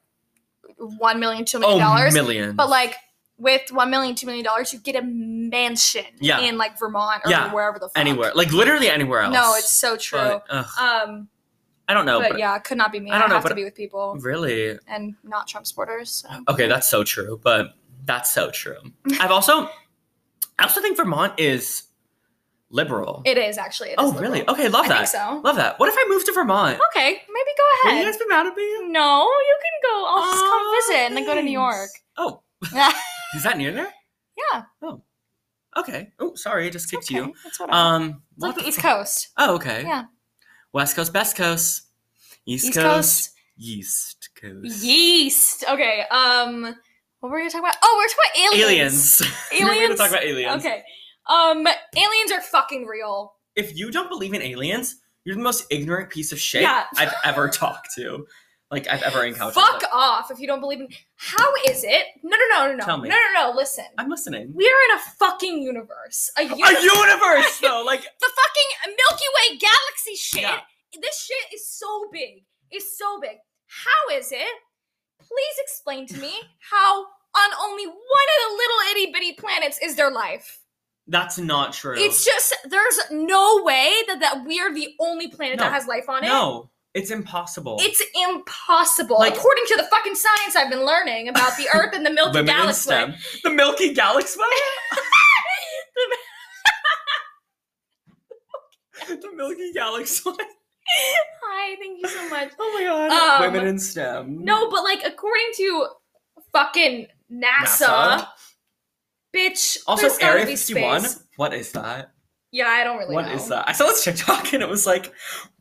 [SPEAKER 1] one million, two million
[SPEAKER 2] Oh,
[SPEAKER 1] dollars.
[SPEAKER 2] millions.
[SPEAKER 1] but like with one million, two million dollars, you get a mansion
[SPEAKER 2] Yeah.
[SPEAKER 1] in like Vermont or
[SPEAKER 2] Yeah.
[SPEAKER 1] wherever the fuck.
[SPEAKER 2] anywhere, like literally anywhere else.
[SPEAKER 1] No, it's so true.
[SPEAKER 2] But, ugh,
[SPEAKER 1] um
[SPEAKER 2] I don't know,
[SPEAKER 1] but,
[SPEAKER 2] but,
[SPEAKER 1] yeah, could not be me.
[SPEAKER 2] I
[SPEAKER 1] I
[SPEAKER 2] don't know,
[SPEAKER 1] have to
[SPEAKER 2] but-
[SPEAKER 1] be with people
[SPEAKER 2] really,
[SPEAKER 1] and not Trump supporters. so.
[SPEAKER 2] okay, that's so true. But that's so true. I've also, I also think Vermont is liberal.
[SPEAKER 1] It is actually. it is
[SPEAKER 2] oh,
[SPEAKER 1] liberal.
[SPEAKER 2] really? Okay, love
[SPEAKER 1] I
[SPEAKER 2] that.
[SPEAKER 1] think so.
[SPEAKER 2] Love that. What if I move to Vermont?
[SPEAKER 1] Okay, maybe go
[SPEAKER 2] Will
[SPEAKER 1] ahead.
[SPEAKER 2] you guys be mad at me?
[SPEAKER 1] No, you can go. I'll just come
[SPEAKER 2] Aw,
[SPEAKER 1] visit and then go to New York.
[SPEAKER 2] thanks. Oh,
[SPEAKER 1] yeah,
[SPEAKER 2] is that near there? Oh,
[SPEAKER 1] it's
[SPEAKER 2] Okay. Oh, sorry, I just kicked
[SPEAKER 1] okay.
[SPEAKER 2] you.
[SPEAKER 1] It's whatever.
[SPEAKER 2] Um,
[SPEAKER 1] it's like
[SPEAKER 2] what
[SPEAKER 1] the
[SPEAKER 2] the
[SPEAKER 1] East
[SPEAKER 2] fu-
[SPEAKER 1] Coast.
[SPEAKER 2] Oh, okay.
[SPEAKER 1] Yeah.
[SPEAKER 2] West Coast, Best Coast, East,
[SPEAKER 1] East
[SPEAKER 2] Coast,
[SPEAKER 1] Coast.
[SPEAKER 2] Yeast Coast.
[SPEAKER 1] Yeast. Okay. Um, what were you talking about? Oh, we we're talking about aliens.
[SPEAKER 2] Aliens. We're going to
[SPEAKER 1] Aliens?
[SPEAKER 2] talk about aliens.
[SPEAKER 1] Okay. Um, aliens are fucking real.
[SPEAKER 2] If you don't believe in aliens, you're the most ignorant piece of shit
[SPEAKER 1] Yeah.
[SPEAKER 2] I've ever talked to. Like I've ever encountered.
[SPEAKER 1] Fuck
[SPEAKER 2] Like,
[SPEAKER 1] off if you don't believe in. How is it? No, no, no, no, no.
[SPEAKER 2] Tell me.
[SPEAKER 1] No, no, no. Listen,
[SPEAKER 2] I'm listening.
[SPEAKER 1] we are in a fucking universe. A, uni-
[SPEAKER 2] A universe though, like
[SPEAKER 1] the fucking Milky Way galaxy shit.
[SPEAKER 2] Yeah.
[SPEAKER 1] This shit is so big. It's so big. How is it? Please explain to me how on only one of the little itty bitty planets is there life.
[SPEAKER 2] that's not true.
[SPEAKER 1] It's just there's no way that that we are the only planet
[SPEAKER 2] No.
[SPEAKER 1] that has life on it.
[SPEAKER 2] no, it's impossible.
[SPEAKER 1] It's impossible.
[SPEAKER 2] Like-
[SPEAKER 1] According to the fucking science I've been learning about the Earth and the Milky
[SPEAKER 2] Women in
[SPEAKER 1] Galaxy.
[SPEAKER 2] STEM. The Milky Galaxy. the Milky Galaxy.
[SPEAKER 1] Hi, thank you so much.
[SPEAKER 2] Oh my god.
[SPEAKER 1] Um,
[SPEAKER 2] Women in STEM.
[SPEAKER 1] No, but like according to fucking NASA,
[SPEAKER 2] NASA.
[SPEAKER 1] bitch.
[SPEAKER 2] Also,
[SPEAKER 1] there's gotta
[SPEAKER 2] Area
[SPEAKER 1] be
[SPEAKER 2] 51.
[SPEAKER 1] space.
[SPEAKER 2] What is that?
[SPEAKER 1] Yeah, I don't really
[SPEAKER 2] What is
[SPEAKER 1] know.
[SPEAKER 2] that? I saw this TikTok and it was like,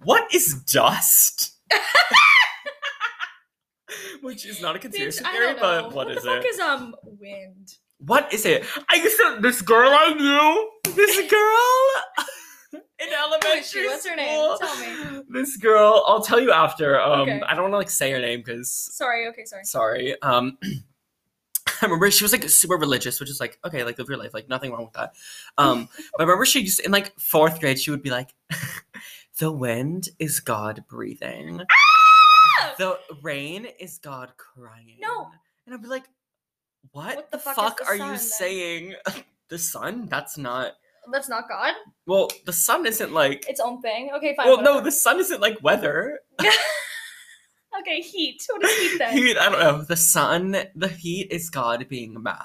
[SPEAKER 2] what is dust? Which is not a
[SPEAKER 1] Bitch,
[SPEAKER 2] conspiracy
[SPEAKER 1] I
[SPEAKER 2] theory,
[SPEAKER 1] don't know.
[SPEAKER 2] but what
[SPEAKER 1] the
[SPEAKER 2] is
[SPEAKER 1] fuck
[SPEAKER 2] it?
[SPEAKER 1] is um wind?
[SPEAKER 2] what is it? I used to this girl I knew, this girl in elementary
[SPEAKER 1] is she? What's her name?
[SPEAKER 2] school.
[SPEAKER 1] Tell me.
[SPEAKER 2] This girl, I'll tell you after. Um,
[SPEAKER 1] Okay.
[SPEAKER 2] I don't want to like say her name because
[SPEAKER 1] Sorry. Okay. Sorry.
[SPEAKER 2] sorry. Um, I remember she was like super religious, which is like okay, like live your life, like nothing wrong with that. Um, but I remember she used to- in like fourth grade, she would be like, "The wind is God breathing, the rain is God crying."
[SPEAKER 1] Oh. No.
[SPEAKER 2] and I'd be like, "What,
[SPEAKER 1] What
[SPEAKER 2] the,
[SPEAKER 1] the fuck is
[SPEAKER 2] fuck,
[SPEAKER 1] the
[SPEAKER 2] are
[SPEAKER 1] sun,
[SPEAKER 2] you
[SPEAKER 1] then?"
[SPEAKER 2] saying?" the sun? That's not.
[SPEAKER 1] That's not God.
[SPEAKER 2] Well, the sun isn't like.
[SPEAKER 1] Its own thing. Okay. Fine.
[SPEAKER 2] well, no,
[SPEAKER 1] whatever.
[SPEAKER 2] the sun isn't like weather.
[SPEAKER 1] Okay. Heat. What is heat then?
[SPEAKER 2] Heat, I don't know. The sun, the heat is God being mad.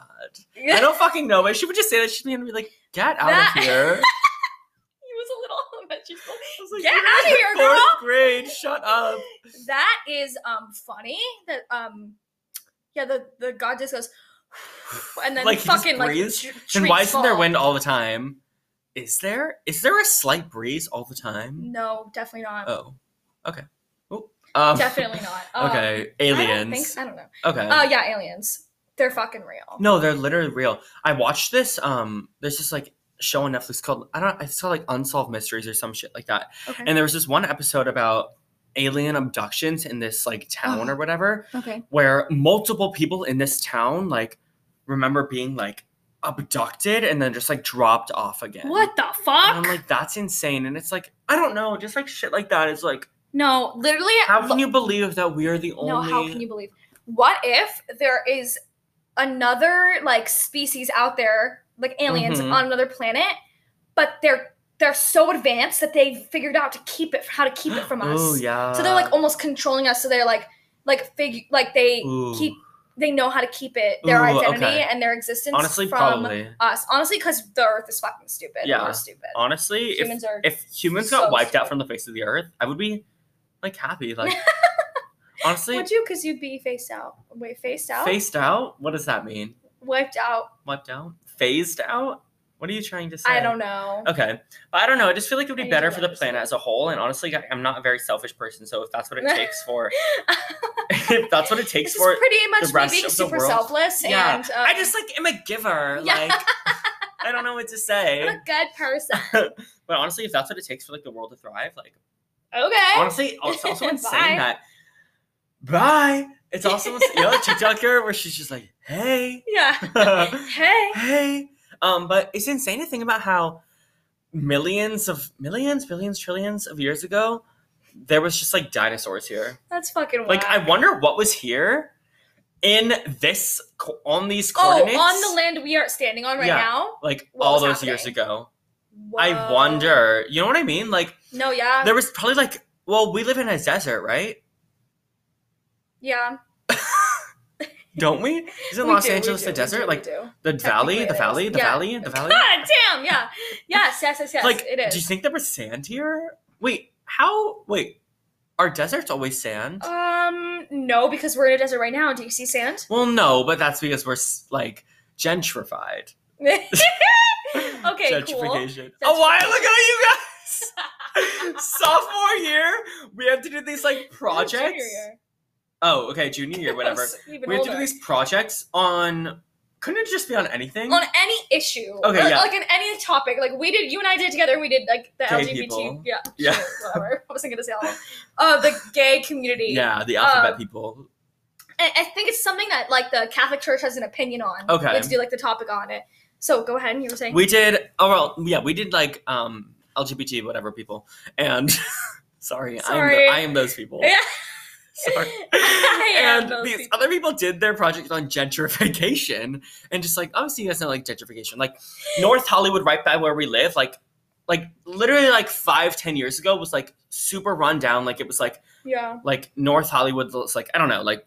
[SPEAKER 1] Yeah.
[SPEAKER 2] I don't fucking know, but she would just say that. She'd be like, "Get out
[SPEAKER 1] That-
[SPEAKER 2] of here!" I
[SPEAKER 1] He was a little elementary school.
[SPEAKER 2] was like,
[SPEAKER 1] Get
[SPEAKER 2] "You're
[SPEAKER 1] outta
[SPEAKER 2] in
[SPEAKER 1] here,
[SPEAKER 2] fourth
[SPEAKER 1] girl."
[SPEAKER 2] grade, shut up.
[SPEAKER 1] That is um funny. That um yeah the the God just goes and then
[SPEAKER 2] Like, he just
[SPEAKER 1] fucking like
[SPEAKER 2] breathes?
[SPEAKER 1] tr-
[SPEAKER 2] Then
[SPEAKER 1] trees
[SPEAKER 2] why isn't there
[SPEAKER 1] fall.
[SPEAKER 2] wind all the time? Is there? Is there a slight breeze all the time?
[SPEAKER 1] No, definitely not.
[SPEAKER 2] Oh, okay. Oh, um,
[SPEAKER 1] Definitely not. Um,
[SPEAKER 2] Okay,
[SPEAKER 1] I don't, think,
[SPEAKER 2] aliens.
[SPEAKER 1] so- I don't know.
[SPEAKER 2] Okay.
[SPEAKER 1] Oh yeah, aliens. They're fucking real.
[SPEAKER 2] no, they're literally real. I watched this. Um, there's this like show on Netflix called I don't. I saw like Unsolved Mysteries or some shit like that.
[SPEAKER 1] Okay.
[SPEAKER 2] And there was this one episode about alien abductions in this like town
[SPEAKER 1] Oh.
[SPEAKER 2] or whatever.
[SPEAKER 1] okay.
[SPEAKER 2] where multiple people in this town like remember being like abducted and then just like dropped off again.
[SPEAKER 1] What the
[SPEAKER 2] And I'm
[SPEAKER 1] fuck?
[SPEAKER 2] like, that's insane. And it's like, I don't know, just like shit like that is like,
[SPEAKER 1] no, literally.
[SPEAKER 2] how can
[SPEAKER 1] look-
[SPEAKER 2] you believe that we are the only?
[SPEAKER 1] No, how can you believe? What if there is another like species out there, like aliens
[SPEAKER 2] Mhm.
[SPEAKER 1] on another planet, but they're they're so advanced that they figured out to keep it how to keep it from us.
[SPEAKER 2] Oh yeah.
[SPEAKER 1] So they're like almost controlling us. So they're like like fig like they
[SPEAKER 2] Ooh.
[SPEAKER 1] keep they know how to keep it their
[SPEAKER 2] Ooh,
[SPEAKER 1] identity
[SPEAKER 2] okay.
[SPEAKER 1] and their existence
[SPEAKER 2] honestly
[SPEAKER 1] from
[SPEAKER 2] probably.
[SPEAKER 1] us. Honestly, because the Earth is fucking stupid.
[SPEAKER 2] Yeah.
[SPEAKER 1] We're stupid.
[SPEAKER 2] Honestly,
[SPEAKER 1] Humans
[SPEAKER 2] if
[SPEAKER 1] are
[SPEAKER 2] if humans
[SPEAKER 1] so
[SPEAKER 2] got wiped out
[SPEAKER 1] stupid.
[SPEAKER 2] from the face of the earth, I would be like happy. Like honestly,
[SPEAKER 1] Would you? Because you'd be faced out. Wait, faced out.
[SPEAKER 2] faced out. What does that mean?
[SPEAKER 1] Wiped out.
[SPEAKER 2] Wiped out? Phased out? What are you trying to say?
[SPEAKER 1] I don't know.
[SPEAKER 2] Okay, but I don't know. I just feel like it would
[SPEAKER 1] I
[SPEAKER 2] be
[SPEAKER 1] need
[SPEAKER 2] better
[SPEAKER 1] to
[SPEAKER 2] for the
[SPEAKER 1] understand.
[SPEAKER 2] planet as a whole. And honestly, I- I'm not a very selfish person, so if that's what it takes for, if that's what it takes
[SPEAKER 1] This is
[SPEAKER 2] for,
[SPEAKER 1] pretty much
[SPEAKER 2] rest
[SPEAKER 1] me being
[SPEAKER 2] of the
[SPEAKER 1] super
[SPEAKER 2] world.
[SPEAKER 1] selfless.
[SPEAKER 2] Yeah.
[SPEAKER 1] And uh,
[SPEAKER 2] I just like am a giver.
[SPEAKER 1] Yeah.
[SPEAKER 2] Like I don't know what to say.
[SPEAKER 1] I'm a good person.
[SPEAKER 2] But honestly, if that's what it takes for like the world to thrive, like
[SPEAKER 1] Okay.
[SPEAKER 2] honestly, oh, it's also in
[SPEAKER 1] Bye.
[SPEAKER 2] saying that. Bye. It's also ins- you know the TikTok girl where she's just like, hey,
[SPEAKER 1] Yeah. hey.
[SPEAKER 2] hey. Um, but it's insane to think about how millions of millions, billions, trillions of years ago, there was just like dinosaurs here.
[SPEAKER 1] That's fucking wild.
[SPEAKER 2] Like, I wonder what was here in this co- on these
[SPEAKER 1] Oh,
[SPEAKER 2] coordinates.
[SPEAKER 1] on the land we are standing on right
[SPEAKER 2] Yeah.
[SPEAKER 1] now?
[SPEAKER 2] like
[SPEAKER 1] what
[SPEAKER 2] all
[SPEAKER 1] was
[SPEAKER 2] those years
[SPEAKER 1] happening?
[SPEAKER 2] ago. I
[SPEAKER 1] Whoa.
[SPEAKER 2] wonder. You know what I mean? Like
[SPEAKER 1] No, yeah.
[SPEAKER 2] there was probably like, well, we live in a desert, right?
[SPEAKER 1] yeah.
[SPEAKER 2] Don't we? Isn't
[SPEAKER 1] We
[SPEAKER 2] Los
[SPEAKER 1] do, we
[SPEAKER 2] Angeles
[SPEAKER 1] do,
[SPEAKER 2] the
[SPEAKER 1] we
[SPEAKER 2] desert?
[SPEAKER 1] do, we
[SPEAKER 2] like
[SPEAKER 1] do.
[SPEAKER 2] the
[SPEAKER 1] Technically
[SPEAKER 2] valley, the
[SPEAKER 1] it
[SPEAKER 2] valley,
[SPEAKER 1] is.
[SPEAKER 2] the
[SPEAKER 1] Yeah.
[SPEAKER 2] valley, the valley.
[SPEAKER 1] God damn, yeah. Yes, yes, yes, yes.
[SPEAKER 2] like,
[SPEAKER 1] it is.
[SPEAKER 2] do you think there was sand here? Wait, how? Wait, are deserts always sand?
[SPEAKER 1] um, no, because we're in a desert right now. Do you see sand?
[SPEAKER 2] well, no, but that's because we're s- like gentrified.
[SPEAKER 1] okay, cool.
[SPEAKER 2] Gentrification. A while ago, you guys. Sophomore year, we have to do these like
[SPEAKER 1] Junior
[SPEAKER 2] projects.
[SPEAKER 1] year.
[SPEAKER 2] Oh, okay, junior year, whatever.
[SPEAKER 1] Even
[SPEAKER 2] we have to do
[SPEAKER 1] older.
[SPEAKER 2] these projects on. Couldn't it just be on anything?
[SPEAKER 1] on any issue.
[SPEAKER 2] Okay,
[SPEAKER 1] Or,
[SPEAKER 2] yeah.
[SPEAKER 1] Like in any topic. Like we did, you and I did together. We did like the
[SPEAKER 2] Gay
[SPEAKER 1] LGBT.
[SPEAKER 2] people.
[SPEAKER 1] Yeah.
[SPEAKER 2] Yeah.
[SPEAKER 1] sure, whatever. I wasn't gonna say all. of them. Uh, the gay community.
[SPEAKER 2] yeah, the alphabet
[SPEAKER 1] Um,
[SPEAKER 2] people.
[SPEAKER 1] I, I think it's something that like the Catholic Church has an opinion on.
[SPEAKER 2] Okay.
[SPEAKER 1] Like to do like the topic on it. So go ahead. You were saying.
[SPEAKER 2] We did. Oh well, yeah, we did like um LGBT whatever people, and sorry,
[SPEAKER 1] Sorry.
[SPEAKER 2] I am the, I am those people.
[SPEAKER 1] Yeah.
[SPEAKER 2] Sorry.
[SPEAKER 1] I am
[SPEAKER 2] and
[SPEAKER 1] those
[SPEAKER 2] these
[SPEAKER 1] people.
[SPEAKER 2] other people did their project on gentrification, and just like oh, obviously you guys know like gentrification, like North Hollywood, right by where we live, like like literally like five ten years ago was like super run down, like it was like
[SPEAKER 1] yeah.
[SPEAKER 2] like North Hollywood looks like I don't know, like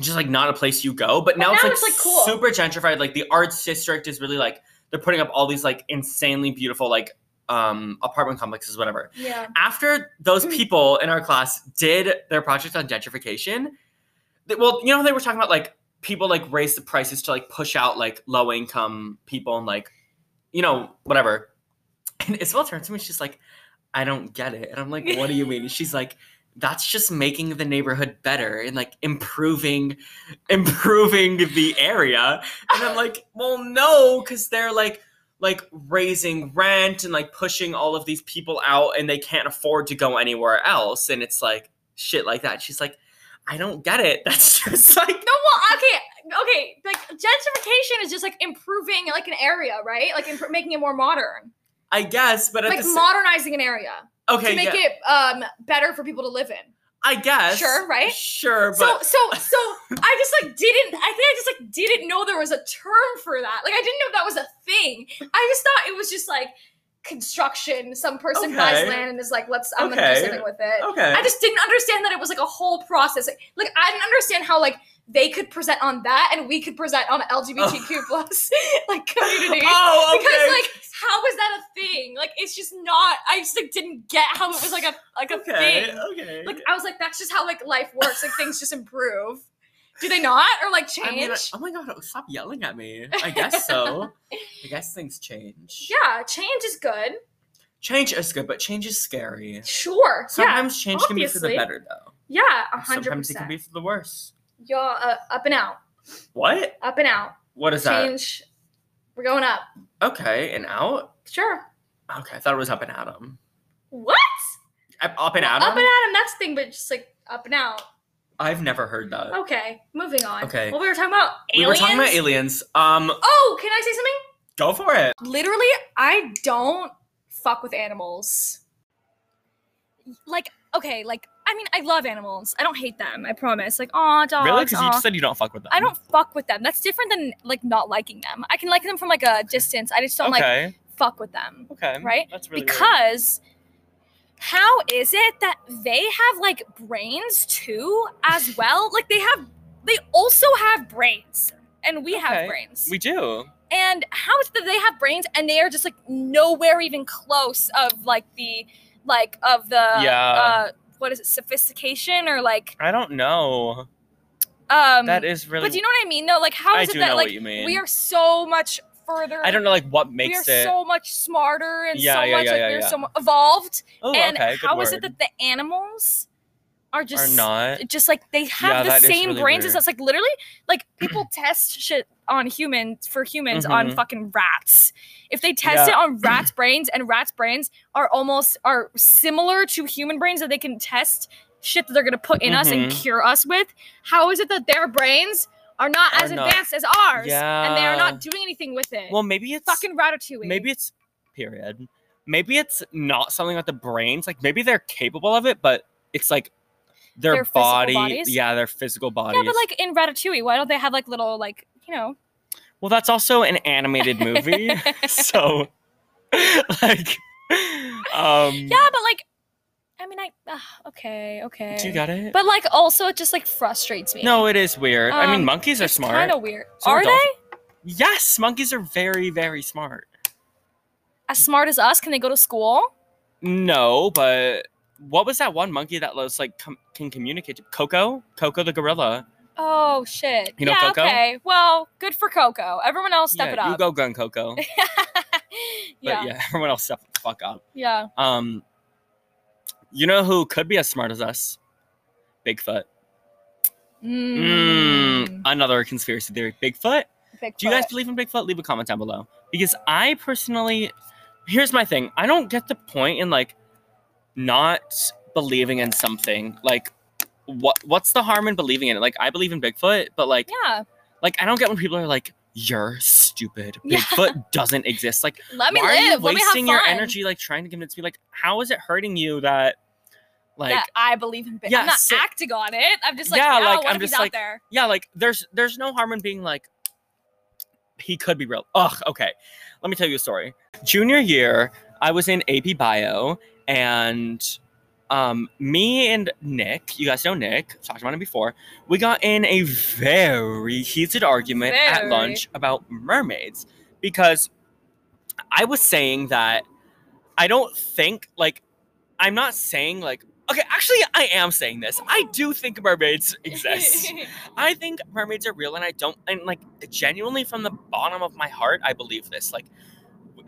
[SPEAKER 2] just like not a place you go. But now,
[SPEAKER 1] now
[SPEAKER 2] it's, like,
[SPEAKER 1] it's, like, cool.
[SPEAKER 2] super gentrified. Like the arts district is really like they're putting up all these like insanely beautiful like um apartment complexes, whatever.
[SPEAKER 1] Yeah.
[SPEAKER 2] After those
[SPEAKER 1] Mm.
[SPEAKER 2] people in our class did their project on gentrification, they, well, you know they were talking about like people like raise the prices to like push out like low income people and like you know whatever. And Isabel turns to me, she's like, "I don't get it," and I'm like, "What do you mean?" And she's like that's just making the neighborhood better and like improving improving the area and i'm like well no because they're like like raising rent and like pushing all of these people out and they can't afford to go anywhere else and it's like shit like that she's like i don't get it that's just like
[SPEAKER 1] No, well, okay, okay. Like gentrification is just like improving like an area, right? Like imp- making it more modern,
[SPEAKER 2] i guess but at
[SPEAKER 1] like
[SPEAKER 2] the same
[SPEAKER 1] modernizing an area
[SPEAKER 2] okay
[SPEAKER 1] to make
[SPEAKER 2] yeah,
[SPEAKER 1] it um better for people to live in.
[SPEAKER 2] i guess
[SPEAKER 1] Sure, right?
[SPEAKER 2] sure
[SPEAKER 1] so
[SPEAKER 2] but
[SPEAKER 1] so so I just like didn't I think I just like didn't know there was a term for that. Like I didn't know that was a thing. I just thought it was just like construction. Some person buys
[SPEAKER 2] Okay.
[SPEAKER 1] land and is like, let's I'm gonna do
[SPEAKER 2] Okay.
[SPEAKER 1] something with it.
[SPEAKER 2] okay
[SPEAKER 1] I just didn't understand that it was like a whole process. Like, like, I didn't understand how like they could present on that and we could present on LGBTQ plus like community.
[SPEAKER 2] oh okay
[SPEAKER 1] Because like, how is that a thing? Like, it's just not. I just like didn't get how it was like a like a
[SPEAKER 2] okay
[SPEAKER 1] thing.
[SPEAKER 2] okay
[SPEAKER 1] Like I was like, that's just how like life works. Like things just improve. Do they not? Or like change?
[SPEAKER 2] I mean, I- oh my god, stop yelling at me. I guess so. I guess things change.
[SPEAKER 1] yeah, change is good.
[SPEAKER 2] Change is good, but change is scary.
[SPEAKER 1] Sure.
[SPEAKER 2] Sometimes change can
[SPEAKER 1] obviously.
[SPEAKER 2] be for the better, though.
[SPEAKER 1] yeah. Yeah, a hundred
[SPEAKER 2] Sometimes it can
[SPEAKER 1] percent.
[SPEAKER 2] be for the worse.
[SPEAKER 1] Y'all uh, up and out.
[SPEAKER 2] What?
[SPEAKER 1] Up and out.
[SPEAKER 2] What is
[SPEAKER 1] Change. We're going up.
[SPEAKER 2] that? Okay, and out?
[SPEAKER 1] Sure.
[SPEAKER 2] Okay, I thought it was up and Adam.
[SPEAKER 1] What?
[SPEAKER 2] Up up and
[SPEAKER 1] Well,
[SPEAKER 2] Adam?
[SPEAKER 1] Up and Adam, that's the thing, but just like up and out.
[SPEAKER 2] I've never heard that.
[SPEAKER 1] Okay, moving on.
[SPEAKER 2] Okay.
[SPEAKER 1] Well, we were talking about
[SPEAKER 2] We
[SPEAKER 1] aliens.
[SPEAKER 2] were talking about aliens. Um,
[SPEAKER 1] Oh, can I say something?
[SPEAKER 2] go for it.
[SPEAKER 1] Literally, I don't fuck with animals. Like, okay, like I mean, I love animals. I don't hate them. I promise. Like, aw, dogs.
[SPEAKER 2] really? Because you
[SPEAKER 1] aw.
[SPEAKER 2] just said you don't fuck with them.
[SPEAKER 1] I don't fuck with them. That's different than like not liking them. I can like them from like a distance. I just don't like
[SPEAKER 2] okay.
[SPEAKER 1] fuck with them.
[SPEAKER 2] okay.
[SPEAKER 1] right?
[SPEAKER 2] That's really weird.
[SPEAKER 1] because how is it that they have like brains too as well like they have they also have brains and we have
[SPEAKER 2] Okay.
[SPEAKER 1] brains
[SPEAKER 2] We do.
[SPEAKER 1] and how is it that they have brains and they are just like nowhere even close of like the like of the
[SPEAKER 2] Yeah.
[SPEAKER 1] uh what is it sophistication or like
[SPEAKER 2] I don't know.
[SPEAKER 1] um
[SPEAKER 2] that is really.
[SPEAKER 1] but do you know what i mean though like how
[SPEAKER 2] I
[SPEAKER 1] is it
[SPEAKER 2] do
[SPEAKER 1] that
[SPEAKER 2] know
[SPEAKER 1] like
[SPEAKER 2] what you mean.
[SPEAKER 1] we are so much further
[SPEAKER 2] I don't know like what
[SPEAKER 1] we are
[SPEAKER 2] makes it.
[SPEAKER 1] so much smarter and
[SPEAKER 2] Yeah,
[SPEAKER 1] so
[SPEAKER 2] yeah,
[SPEAKER 1] much
[SPEAKER 2] yeah,
[SPEAKER 1] like
[SPEAKER 2] yeah,
[SPEAKER 1] we're
[SPEAKER 2] yeah.
[SPEAKER 1] so mu- evolved
[SPEAKER 2] oh,
[SPEAKER 1] and
[SPEAKER 2] okay, good
[SPEAKER 1] how is it
[SPEAKER 2] word.
[SPEAKER 1] that the animals are just
[SPEAKER 2] are not?
[SPEAKER 1] just like they
[SPEAKER 2] Yeah,
[SPEAKER 1] have
[SPEAKER 2] that
[SPEAKER 1] the
[SPEAKER 2] is
[SPEAKER 1] same
[SPEAKER 2] really
[SPEAKER 1] brains as
[SPEAKER 2] weird.
[SPEAKER 1] us like literally like people test shit on humans for humans
[SPEAKER 2] Mhm.
[SPEAKER 1] on fucking rats. If they test
[SPEAKER 2] Yeah.
[SPEAKER 1] it on rats' brains and rats' brains are almost are similar to human brains that they can test shit that they're gonna put in us and
[SPEAKER 2] Mhm.
[SPEAKER 1] cure us with, how is it that their brains are not
[SPEAKER 2] Are
[SPEAKER 1] as
[SPEAKER 2] not-
[SPEAKER 1] advanced as ours and they are not doing anything with it?
[SPEAKER 2] Well, maybe it's
[SPEAKER 1] fucking ratatouille.
[SPEAKER 2] maybe it's period. Maybe it's not something like the brains. Like maybe they're capable of it, but it's like their,
[SPEAKER 1] Their physical
[SPEAKER 2] body.
[SPEAKER 1] bodies?
[SPEAKER 2] Yeah, their physical bodies.
[SPEAKER 1] yeah, but like in Ratatouille, why don't they have like little like you know?
[SPEAKER 2] well, that's also an animated movie, so like, um,
[SPEAKER 1] Yeah, but like, I mean, I uh, okay, okay.
[SPEAKER 2] Do you got it?
[SPEAKER 1] But like, also, it just like frustrates me.
[SPEAKER 2] no, it is weird. I mean,
[SPEAKER 1] Um,
[SPEAKER 2] monkeys are
[SPEAKER 1] it's
[SPEAKER 2] smart.
[SPEAKER 1] Kind of weird.
[SPEAKER 2] So
[SPEAKER 1] are
[SPEAKER 2] are dolphins.
[SPEAKER 1] they
[SPEAKER 2] Yes, monkeys are very, very smart.
[SPEAKER 1] as smart as us? Can they go to school?
[SPEAKER 2] No, but what was that one monkey that was like com- can communicate? to- Coco, Coco the gorilla.
[SPEAKER 1] Oh shit.
[SPEAKER 2] You know
[SPEAKER 1] yeah.
[SPEAKER 2] Coco?
[SPEAKER 1] Okay. Well, good for Coco. Everyone else, step
[SPEAKER 2] yeah,
[SPEAKER 1] it up.
[SPEAKER 2] You go gun, Coco. But
[SPEAKER 1] yeah.
[SPEAKER 2] yeah.
[SPEAKER 1] yeah.
[SPEAKER 2] everyone else step the fuck up. Um, you know who could be as smart as us? Bigfoot.
[SPEAKER 1] Hmm.
[SPEAKER 2] Mm.
[SPEAKER 1] Mm.
[SPEAKER 2] Another conspiracy theory. Bigfoot. Do you guys
[SPEAKER 1] Bigfoot.
[SPEAKER 2] believe in Bigfoot? Leave a comment down below. Because I personally, here's my thing. I don't get the point in like not believing in something. Like, what what's the harm in believing in it? Like, I believe in Bigfoot, but like,
[SPEAKER 1] Yeah.
[SPEAKER 2] like I don't get when people are like, "You're stupid.
[SPEAKER 1] Yeah.
[SPEAKER 2] Bigfoot doesn't exist." Like,
[SPEAKER 1] Let me
[SPEAKER 2] why
[SPEAKER 1] live.
[SPEAKER 2] are you
[SPEAKER 1] Let me have
[SPEAKER 2] wasting your
[SPEAKER 1] fun.
[SPEAKER 2] energy like trying to convince me? Like, how is it hurting you that, like,
[SPEAKER 1] that I believe in. Big.
[SPEAKER 2] Yeah,
[SPEAKER 1] I'm not
[SPEAKER 2] so-
[SPEAKER 1] acting on it. I'm just like,
[SPEAKER 2] Yeah,
[SPEAKER 1] wow,
[SPEAKER 2] like,
[SPEAKER 1] what
[SPEAKER 2] I'm
[SPEAKER 1] if he's
[SPEAKER 2] just
[SPEAKER 1] out
[SPEAKER 2] like-
[SPEAKER 1] there?
[SPEAKER 2] yeah, like there's there's no harm in being like he could be real. Ugh, okay. Let me tell you a story. Junior year, I was in AP Bio and um me and Nick, you guys know Nick, I've talked about him before, we got in a very heated argument at
[SPEAKER 1] Very.
[SPEAKER 2] lunch about mermaids because I was saying that I don't think like I'm not saying like okay, actually I am saying this. I do think mermaids exist. I think mermaids are real, and I don't, and like genuinely from the bottom of my heart, I believe this. Like,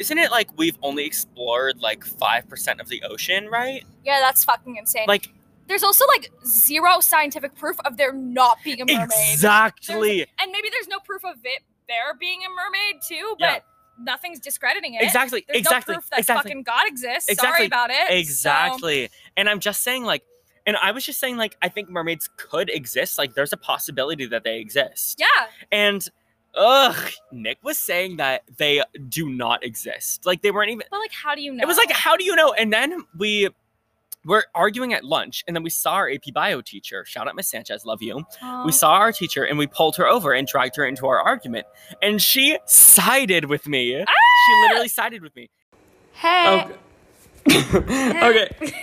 [SPEAKER 2] isn't it like we've only explored like 5% of the ocean, right?
[SPEAKER 1] yeah, that's fucking insane.
[SPEAKER 2] Like,
[SPEAKER 1] there's also like zero scientific proof of there not being a mermaid.
[SPEAKER 2] exactly.
[SPEAKER 1] And maybe there's no proof of it there being a mermaid too, but
[SPEAKER 2] Yeah.
[SPEAKER 1] nothing's discrediting it.
[SPEAKER 2] Exactly.
[SPEAKER 1] There's
[SPEAKER 2] exactly.
[SPEAKER 1] no proof that
[SPEAKER 2] exactly.
[SPEAKER 1] fucking God exists. Sorry
[SPEAKER 2] Exactly.
[SPEAKER 1] about it. so-
[SPEAKER 2] Exactly. And I'm just saying, like, and I was just saying, like, I think mermaids could exist. Like, there's a possibility that they exist.
[SPEAKER 1] yeah.
[SPEAKER 2] And, ugh, Nick was saying that they do not exist. Like, they weren't even,
[SPEAKER 1] But like how do you know?
[SPEAKER 2] It was like, how do you know? And then we were arguing at lunch, and then we saw our AP Bio teacher. Shout out Miss Sanchez, love you.
[SPEAKER 1] Aw.
[SPEAKER 2] We saw our teacher, and we pulled her over and dragged her into our argument, and she sided with me. She
[SPEAKER 1] Ah!
[SPEAKER 2] literally sided with me.
[SPEAKER 1] Hey. eh.
[SPEAKER 2] okay.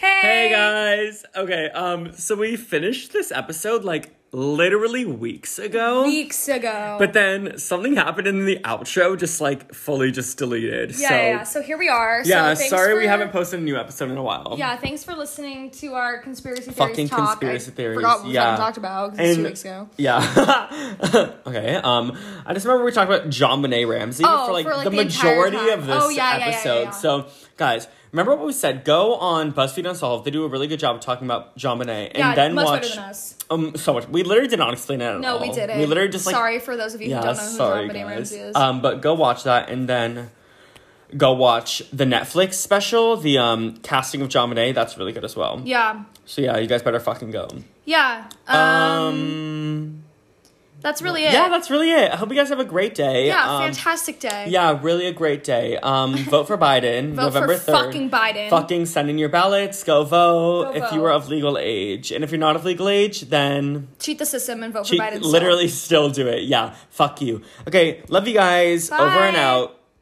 [SPEAKER 1] Hey.
[SPEAKER 2] Hey guys. Okay. Um. So we finished this episode like literally weeks ago.
[SPEAKER 1] Weeks ago.
[SPEAKER 2] but then something happened in the outro, just like fully just deleted.
[SPEAKER 1] yeah,
[SPEAKER 2] so
[SPEAKER 1] yeah, yeah. So here we are. So
[SPEAKER 2] yeah,
[SPEAKER 1] thanks
[SPEAKER 2] sorry we
[SPEAKER 1] for-
[SPEAKER 2] haven't posted a new episode in a while.
[SPEAKER 1] Yeah, thanks for listening to our conspiracy theories
[SPEAKER 2] Fucking
[SPEAKER 1] talk.
[SPEAKER 2] conspiracy
[SPEAKER 1] I
[SPEAKER 2] theories,
[SPEAKER 1] Forgot what we
[SPEAKER 2] yeah.
[SPEAKER 1] fucking talked about 'cause it was two
[SPEAKER 2] And-
[SPEAKER 1] weeks ago.
[SPEAKER 2] Yeah. okay. Um, I just remember we talked about John Benet Ramsey
[SPEAKER 1] Oh,
[SPEAKER 2] for like
[SPEAKER 1] for, like,
[SPEAKER 2] the,
[SPEAKER 1] the entire
[SPEAKER 2] majority
[SPEAKER 1] time.
[SPEAKER 2] of this
[SPEAKER 1] Oh, yeah, yeah, yeah,
[SPEAKER 2] episode.
[SPEAKER 1] yeah.
[SPEAKER 2] So, guys, remember what we said? Go on BuzzFeed Unsolved. They do a really good job of talking about John Benet, and
[SPEAKER 1] yeah,
[SPEAKER 2] then
[SPEAKER 1] much
[SPEAKER 2] watch
[SPEAKER 1] better than us.
[SPEAKER 2] um so much. We literally did not explain it at
[SPEAKER 1] No,
[SPEAKER 2] all.
[SPEAKER 1] we didn't.
[SPEAKER 2] We literally just like
[SPEAKER 1] sorry for those of you
[SPEAKER 2] yeah,
[SPEAKER 1] who don't know who
[SPEAKER 2] sorry
[SPEAKER 1] John Benet
[SPEAKER 2] guys.
[SPEAKER 1] Ramsey is.
[SPEAKER 2] Um, but go watch that and then go watch the Netflix special, the um casting of John Benet. That's really good as well.
[SPEAKER 1] yeah,
[SPEAKER 2] So yeah, you guys better fucking go.
[SPEAKER 1] yeah. Um,
[SPEAKER 2] um
[SPEAKER 1] that's really it.
[SPEAKER 2] Yeah, that's really it. I hope you guys have a great day.
[SPEAKER 1] yeah,
[SPEAKER 2] Um,
[SPEAKER 1] fantastic day.
[SPEAKER 2] Yeah, really a great day. Um, vote for Biden,
[SPEAKER 1] Vote
[SPEAKER 2] November
[SPEAKER 1] for
[SPEAKER 2] 3rd.
[SPEAKER 1] fucking Biden.
[SPEAKER 2] Fucking send in your ballots. Go vote
[SPEAKER 1] Go
[SPEAKER 2] if
[SPEAKER 1] vote.
[SPEAKER 2] you are of legal age. And if you're not of legal age, then
[SPEAKER 1] Cheat the system and vote
[SPEAKER 2] she
[SPEAKER 1] for Biden. still.
[SPEAKER 2] literally still do it. Yeah, fuck you. Okay, love you guys. Over and
[SPEAKER 1] Bye.
[SPEAKER 2] out.